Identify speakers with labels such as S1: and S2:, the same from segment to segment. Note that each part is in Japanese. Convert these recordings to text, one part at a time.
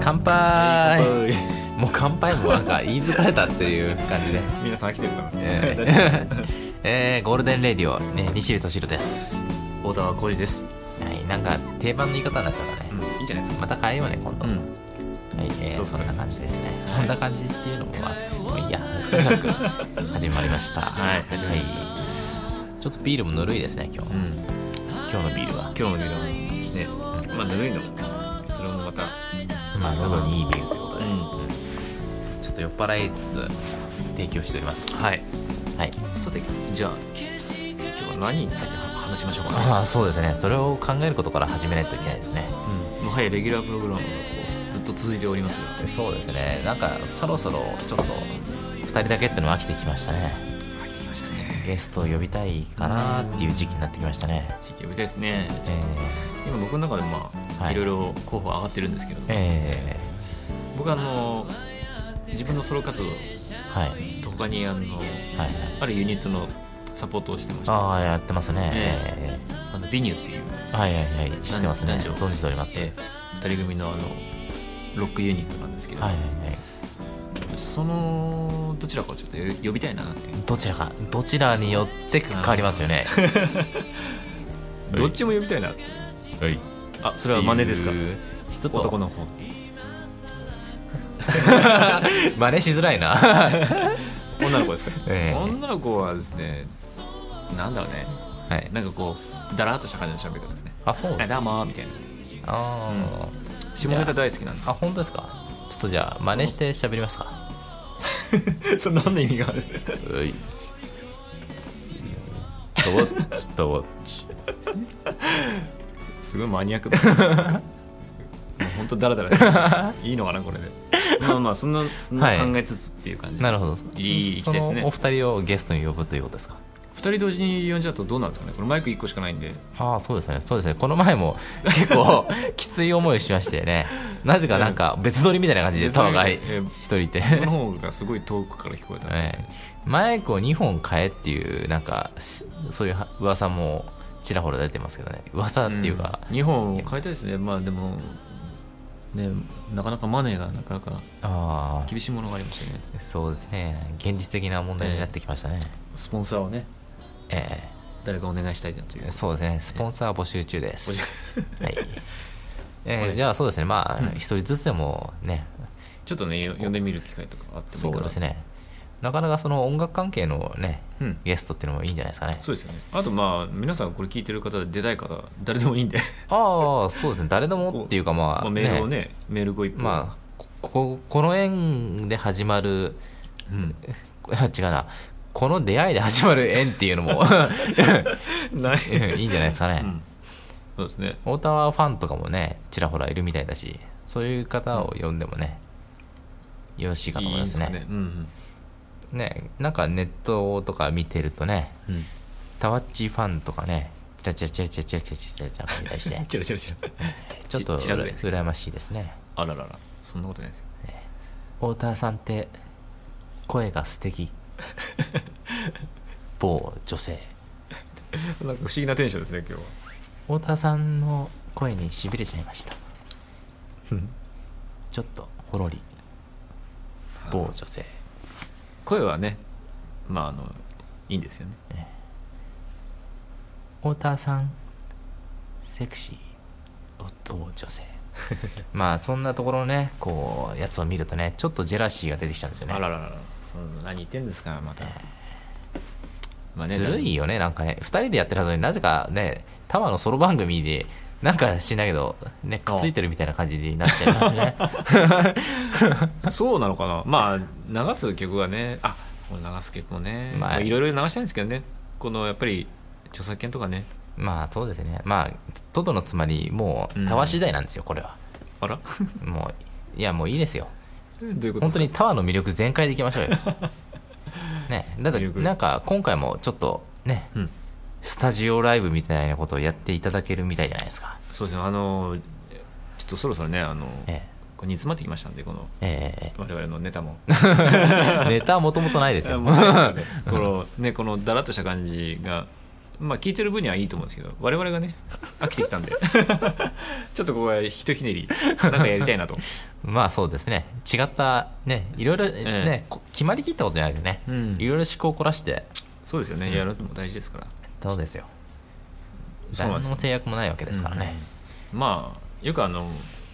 S1: 乾杯
S2: はい
S1: もう乾杯もなんか言い疲れたっていう感じで、
S2: 皆さん飽きてるかな、
S1: えー えーゴールデンレディオ、ね、西流敏郎です
S3: 小田浩二です
S1: はいなんか定番の言い方になっちゃったね、
S2: うんいいんじゃないですか
S1: また変えようね今度、
S2: うん
S1: はいえー
S2: そ
S1: そう
S2: そうん
S1: な感じですねそんな感じっていうのもまあもう いいやとにかく始まりました
S3: はい始まりました
S1: はいちょっとビールもぬるいですね今日、
S2: うん
S1: 今日のビールは、
S2: 今日のビールはねまあぬるいのもそれもまた
S1: まあ、喉にいいビールってことで、
S2: ん
S1: ちょっと酔っ払いつつ提供しております
S3: はい
S1: はい
S3: さてじゃあ今日は何について話しましょうかな、
S1: まあそうですねそれを考えることから始めないといけないですね
S3: もはやレギュラープログラムがこうずっと続いておりますが
S1: そうですねなんかそろそろちょっと2人だけってのも飽きてきましたね
S3: 入ってきましたね
S1: ゲストを呼びたいかなっていう時期になってきましたね
S3: 地域呼びたいですね
S1: え
S3: 今僕の中でまあ、
S1: はい
S3: い、ろいろ候補上がってるんですけど
S1: ー、え
S3: 僕あの自分のソロ活動
S1: ー、はい
S3: と他にあの
S1: はいはい
S3: あるユニットのサポートをしてました
S1: ああやってますね、え
S3: えあのビニューっていう
S1: ーはいはいはい知ってますね
S3: 男女
S1: 存じております、
S3: え2人組のあのロックユニットなんですけど、
S1: はいはいはい
S3: そのどちらかをちょっとよ呼びたいなっていう
S1: どちらかどちらによって変わります よねい
S2: どっちも呼びたいなっていう
S1: はい
S3: あそれは真似ですか
S1: 人と
S2: 男の方
S1: 真似しづらいな
S2: 女の 子ですか、
S1: ええ
S2: 女の子はですねなんだろうね
S1: はい
S3: なんかこうだらっとした感じの喋り方ですね
S1: あそうで
S3: あ
S1: す
S3: ど
S1: あ
S3: うもーみたいな
S1: あ
S3: 下ネタ大好きなんで
S1: ーあ本当ですかちょっとじゃあ真似して喋りますか
S2: それ何の意味がある
S1: はいストワッチストワッチ
S2: すごいマ ニアックだもうほんとダラダラ いいのかなこれで
S3: まあまあそんなそんな
S1: はい
S3: 考えつつっていう感じで、
S1: なるほど
S3: いい人ですね
S1: そのお二人をゲストに呼ぶということですか
S3: 2人同時に呼んじゃうとどうなんですかねこれマイク1個しかないんで
S1: ああそうですねそうですねこの前も結構きつい思いをしましてねなぜかなんか別撮りみたいな感じで
S2: 別撮
S1: タ
S2: り
S1: ワが
S2: え
S1: 一
S2: え
S1: 人いて
S2: この方がすごい遠くから聞こえた、
S1: ええマイクを2本買えっていうなんかしそういうは噂もちらほら出てますけどね噂っていうか、
S3: 2本買いたいですねまあでもねなかなかマネーがなかなか
S1: あ
S3: 厳しいものがありましたね
S1: あそうですね現実的な問題になってきましたね、
S2: スポンサーをね
S1: え
S3: 誰かお願いしたいなという
S1: えそうですねスポンサー募集中です、 はいええじゃあそうですねまあ
S3: うん
S1: 一人ずつでもね、
S3: ちょっとねよ呼んでみる機会とかあっても
S1: そ
S3: いいうかな
S1: ですねなかなかその音楽関係のね、
S2: うん
S1: ゲストっていうのもいいんじゃないですかね
S2: そうですよねあとまあ皆さんこれ聞いてる方で出たい方誰でもいいんで
S1: ああそうですね誰でもっていうかま
S2: ま
S1: あ、
S2: あメールをねメールご一本
S1: まあこここの縁で始まる
S2: うん、
S1: あ 違うなこの出会いで始まる縁っていうのも
S2: ない、
S1: いいんじゃないですか
S2: う
S1: ね
S2: ん、そうですね
S1: 太田はファンとかもねちらほらいるみたいだしそういう方を呼んでもね、よろしいかと思いますね
S2: いい
S1: ね
S2: ですかねうん
S1: なんかネットとか見てるとね
S2: うんうん
S1: タワッチファンとかねチャチャチャチャチャチャチャチャチャみたいして
S2: チラチラチラ
S1: ちょっと
S2: ちちらぐらいです
S1: 羨ましいですね
S2: あらららそんなことないですよ
S1: 太田さんって声が素敵某女性
S2: なんか不思議なテンションですね今日は
S1: 太田さんの声にしびれちゃいましたちょっとほろり某女性
S2: 声はねまああのいいんですよね
S1: 太田さんセクシー某女性 まあそんなところのねこうやつを見るとねちょっとジェラシーが出てきちゃうんですよね
S2: あららららその何言ってんですかまた、まあ
S1: ずるいよねなんかね2人でやってるはずなのになぜかねタワーのソロ番組でなんかしないけどねくっついてるみたいな感じになっちゃいますね
S2: そうなのかなまあ流す曲はねあこの流す曲もね、
S1: まあ
S2: まあ、いろいろ流したいんですけどねこのやっぱり著作権とかね
S1: まあそうですねまあトドのつまりもうタワー次第なんですよこれは、
S2: あ ら
S1: もういやもういいですよ
S2: どういうこと
S1: 本当にタワーの魅力全開でいきまし ょうよねだっ
S2: 魅
S1: て
S2: 力
S1: なんか今回もちょっとね
S2: うん
S1: スタジオライブみたいなことをやっていただけるみたいじゃないですか
S2: そうですねあのちょっとそろそろねあの
S1: え
S2: これ煮詰まってきましたんでこの
S1: えええ
S2: 我々のネタも
S1: ええネタはもともとないですよ
S2: もうねこのねこのだらっとした感じがまあ聞いてる分にはいいと思うんですけど我々がね飽きてきたん でちょっとここはひとひねりなんかやりたいなと
S1: まあそうですね違ったねいろいろね、こ決まりきったことじゃないけどね、
S3: うん
S1: いろいろ思考を凝らして
S2: そうですよね、
S1: うん
S2: やるのも大事ですから
S1: そうですよ
S2: そうなん
S1: 何
S2: ですよ
S1: の制約もないわけですからね、
S2: まあよくあの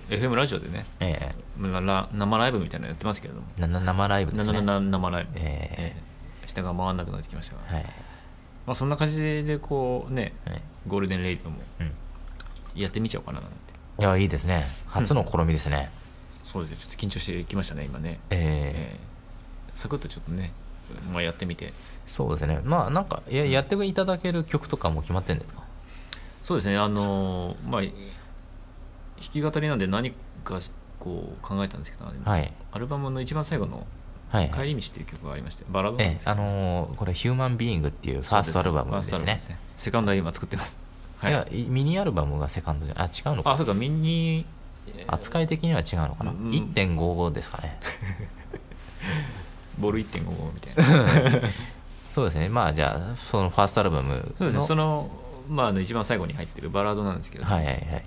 S2: FM ラジオでね
S1: え
S2: まあラ生ライブみたいなのやってますけれども、
S1: えなな生ライブで
S2: な
S1: すね
S2: なな生ライブ、
S1: ええ
S2: 下が回らなくなってきましたから、
S1: はい、
S2: まあ、そんな感じでこうね
S1: はい
S2: ゴールデンレイブも
S1: うん、い
S2: やってみちゃおうかななんて
S1: やいいですね初の試みですね、
S2: そうですねちょっと緊張してきましたね今ね、
S1: ええ
S2: ええサクッとちょっとね、まあ、やってみて
S1: そうですねまあなんかややっていただける曲とかも決まってんですか
S2: そうですねあのーまあい弾き語りなんで何かこう考えたんですけど、
S1: はい
S2: アルバムの一番最後の
S1: はい
S2: 「帰り道」っていう曲がありましてバラバラ
S1: え
S2: なん
S1: え
S2: ですけ
S1: あ
S2: ど
S1: のーこれ「ヒューマンビーイングっていうファーストアルバムです
S2: そう
S1: ね
S2: ファーストアルバムセカンドは今作ってます はいい
S1: やいミニアルバムがセカンドじゃあ違うのか
S2: あそうかミニ
S1: 扱い的には違うのかな、
S2: うん
S1: 1.55ですか ね
S2: ボール1.55みたいな
S1: そうですねまあじゃあそのファーストアルバムの
S2: そうですねそのまああの一番最後に入ってるバラードなんですけど、
S1: はいはいはい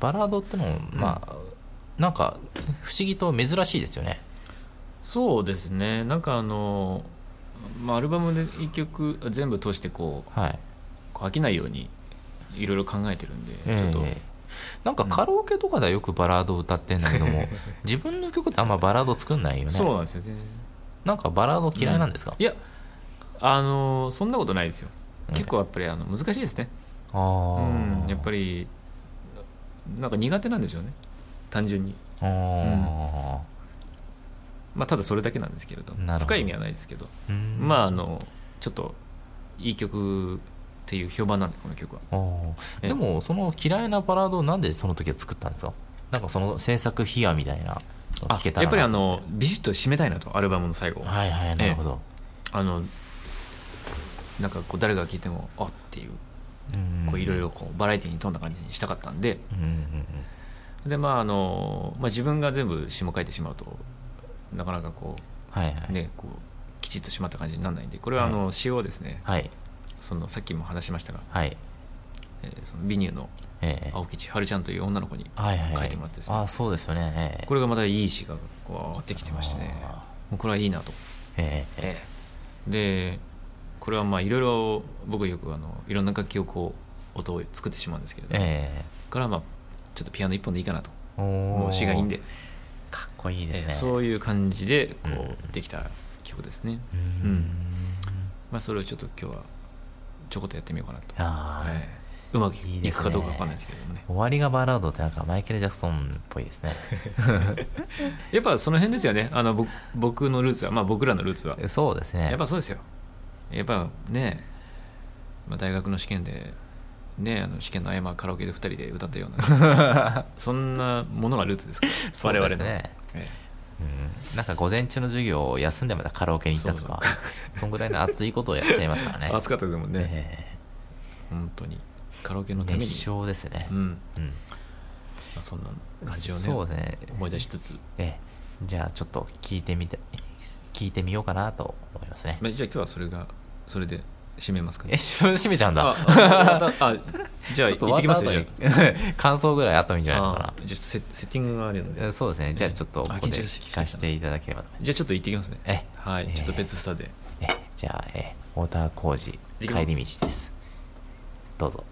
S1: バラードってのもまあ、なんか不思議と珍しいですよね
S2: そうですねなんかあの、まあ、アルバムで1曲全部通してこう
S1: はい
S2: こう飽きないようにいろいろ考えてるんで、
S1: え
S2: ちょっと
S1: えなんかカラオケとかではよくバラードを歌ってんだけども、 自分の曲ってあんまバラード作んないよね
S2: そうなんですよね
S1: なんかバラード嫌いなんですか、
S2: いやあのそんなことないですよ
S1: うん
S2: 結構やっぱりあの難しいですね、
S1: ああ、
S2: うんやっぱりなんか苦手なんでしょうね単純に
S1: ああ、
S2: まあただそれだけなんですけれど
S1: なるほど
S2: 深い意味はないですけど、
S1: うん
S2: まああのちょっといい曲っていう評判なんでこの曲は
S1: あー
S2: ええ
S1: でもその嫌いなバラードをなんでその時は作ったんですかなんかその制作秘話みたいなの
S2: あ
S1: 聞けたら
S2: やっぱりあのビシッと締めたいなとアルバムの最後を
S1: はいはいなるほど、
S2: あのなんかこう誰が聴いてもあっていう
S1: うん
S2: こういろいろこうバラエティに富んだ感じにしたかったんで、
S1: うんうんうん
S2: でまああの、まあ、自分が全部詞も書いてしまうとなかなかこ
S1: はいは
S2: う
S1: い、
S2: ね、こうきちっと締まった感じにならないんでこれはあの詞をですね、
S1: はい
S2: そのさっきも話しましたが、
S1: はい
S2: えーそのビニューの
S1: ええ
S2: 青木千春ちゃんという女の子に
S1: はいはい
S2: 書いてもらってですね
S1: ああそうですよねええ
S2: これがまたいい詞がこう上がってきてましてね
S1: あ
S2: もうこれはいいなと、
S1: ええ
S2: ええでこれはまあいろいろ僕よくあのいろんな楽器をこう音を作ってしまうんですけれど、
S1: え
S2: これからまあちょっとピアノ一本でいいかなと
S1: えお
S2: もう詞がいいんで
S1: かっこいいです
S2: え
S1: ね、
S2: えそういう感じで
S1: う
S2: こ
S1: ん
S2: うできた曲ですね、
S1: うん、
S2: まあ、それをちょっと今日はちょこっとやってみようかなと、
S1: ああ、
S2: ええうまく
S1: いい
S2: い
S1: で
S2: く
S1: すね
S2: かどうかわかんないですけれどもね
S1: 終わりがバラードってなんかマイケル・ジャクソンっぽいです ね
S2: やっぱその辺ですよねあの僕僕のルーツは、まあ、僕らのルーツは
S1: そうですね
S2: やっぱそうですよやっぱね、まあ、大学の試験でねあの試験の合間カラオケで2人で歌ったよう なそんなものがルーツですから
S1: そうですね
S2: 我々の、ええ
S1: うんなんか午前中の授業を休んでまたカラオケに行ったとか
S2: そう
S1: そんぐらいの熱いことをやっちゃいますからね
S2: 暑かったですもんね、
S1: え
S2: 本当にカラオケ
S1: え
S2: のために
S1: 熱唱ですね
S2: うんま
S1: うん
S2: あ、そんな感じをね
S1: そうですね
S2: 思い出しつつ、
S1: ええじゃあちょっと聞いてみて聞いてみようかなと思いますね
S2: まあ、じゃあ今日はそれがそれで締めますか
S1: えそれで閉めちゃうんだ
S2: ああああじゃあ
S1: ちょっと
S2: 行ってきますよ
S1: 終わ
S2: じゃ
S1: った後に 感想ぐらいあったらいいんじゃないの
S2: ああ
S1: か
S2: じゃあちょっとセセッティングがあるの
S1: なえ
S2: で
S1: そうですねじゃあちょっとこ
S2: あ
S1: こで
S2: 緊張して
S1: 聞かせていただければと思います
S2: じゃあちょっと行ってきますね
S1: ええ
S2: はい、
S1: ええ
S2: ちょっと別スタで
S1: ええじゃあええ太田浩二
S2: 行きます
S1: 帰り道ですどうぞ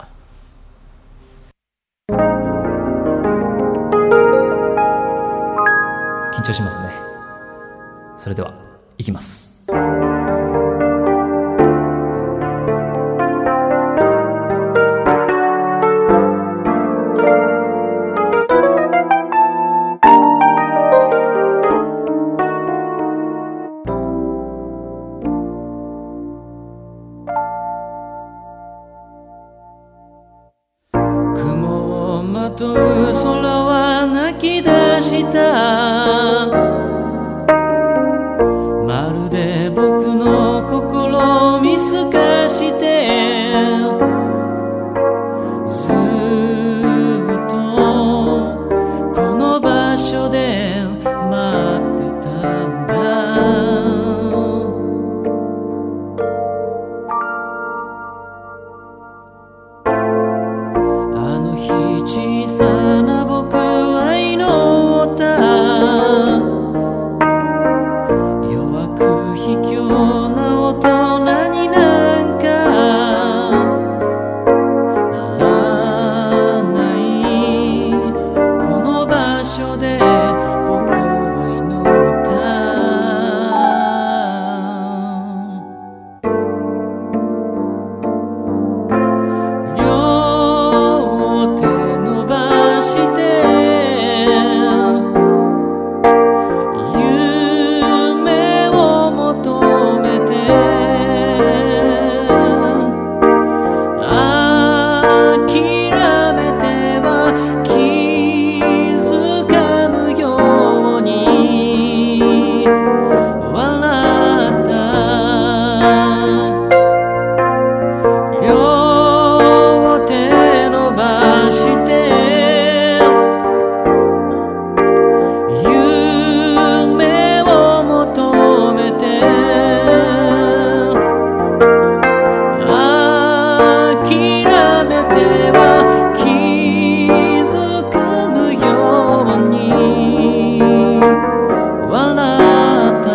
S3: 緊張しますねそれではいきます
S4: 雲をまとう空は泣き出したまるで僕の心を見透かしてずっとこの場所で待ってたんだ所で僕は祈った両手伸ばして夢を求めて諦めては気づかぬように笑った両手伸ばして夢を求めて諦めては気づかぬように笑った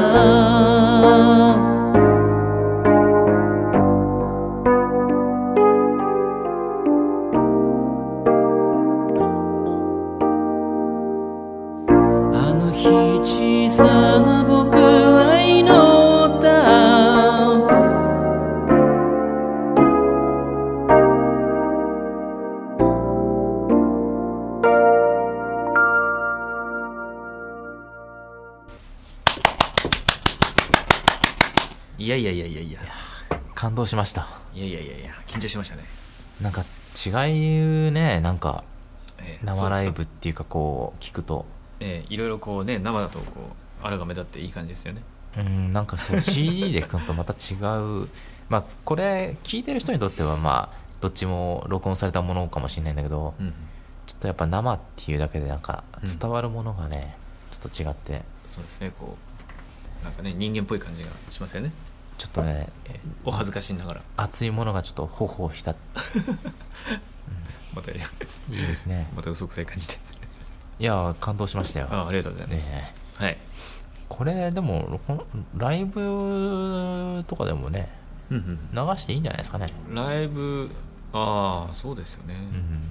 S4: あの日小さな僕は祈った
S2: いやいやいやいやいや
S1: 感動しました
S2: いやいやいやいや緊張しましたね、
S1: なんか違うねなんか
S2: ええ
S1: 生ライ
S2: そうですか
S1: ブっていうかこう聞くと
S2: ええいろいろこうね生だとこうあらが目立っていい感じですよね
S1: うんなんかそう CD で聞くのとまた違うまあこれ聞いてる人にとってはまあどっちも録音されたものかもしれないんだけど、
S2: うん
S1: ちょっとやっぱ生っていうだけでなんか伝わるものがね、ちょっと違って
S2: そうですねこうなんかね人間っぽい感じがしますよね、
S1: ちょっとね
S2: ええお恥ずかしながら
S1: 熱いものがちょっと頬をした
S2: また
S1: いいですね
S2: また嘘くさい感じで
S1: いや感動しましたよ、
S2: ああありがとうございます、
S1: ねえ
S2: はい、
S1: これでもこのライブとかでもね
S2: うんうん
S1: 流していいんじゃないですかね、
S2: ライブああそうですよね、
S1: うん、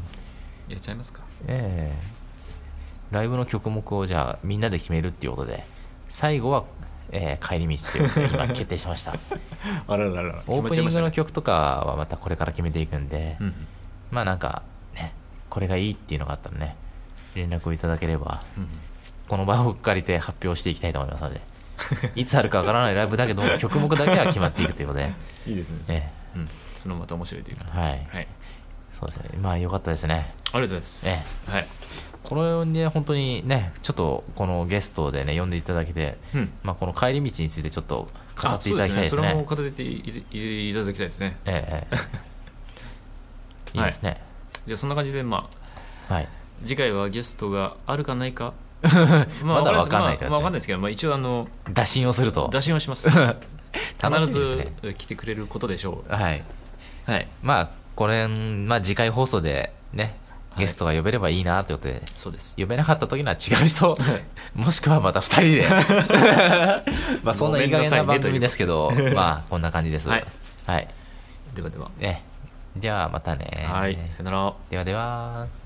S2: やっちゃいますか
S1: ええライブの曲目をじゃあみんなで決めるっていうことで最後は、えー帰り道ということで今決定しま した
S2: あらららら
S1: オープニングの
S2: 決まっちゃいましたね
S1: 曲とかはまたこれから決めていくんで、
S2: うん
S1: まあなんかねこれがいいっていうのがあったらね連絡をいただければ
S2: うん
S1: この場を借りて発表していきたいと思います のでいつあるかわからないライブだけど曲目だけは決まっていくということで、
S2: うんいいですね、
S1: え
S2: うん、そのまた面白いというか
S1: えはい、
S2: はい
S1: そうですねまあよかったですね
S2: ありがとうございます、
S1: ええ
S2: はい、
S1: これね本当にねちょっとこのゲストでね呼んでいただけて、
S2: うん
S1: まあ、この帰り道についてちょっと語っていただきたいです
S2: あそうですねそれも
S1: ね。
S2: 片手でいいいただきたいですね
S1: えええ えいいですね。
S2: じゃあそんな感じでまあ
S1: はい。
S2: 次回はゲストがあるかな いか
S1: まだわかんないからですね
S2: まあ、わかんないですけど、まあ、一応あの
S1: 打診をすると
S2: 打診をします
S1: 楽し
S2: 必
S1: みですね。
S2: ず来てくれることでしょ
S1: はい。
S2: うはい
S1: まあこれまあ次回放送でね
S2: はい
S1: ゲストが呼べればいいなということで、
S2: そうです
S1: 呼べなかった時には違う 人、もしくはまた二人 でまあそんないい加減な番組ですけど、 まあこんな感じです。
S2: はい
S1: はい。
S2: ではでは
S1: ね、じゃあまたね。
S2: はいさよなら
S1: ではでは。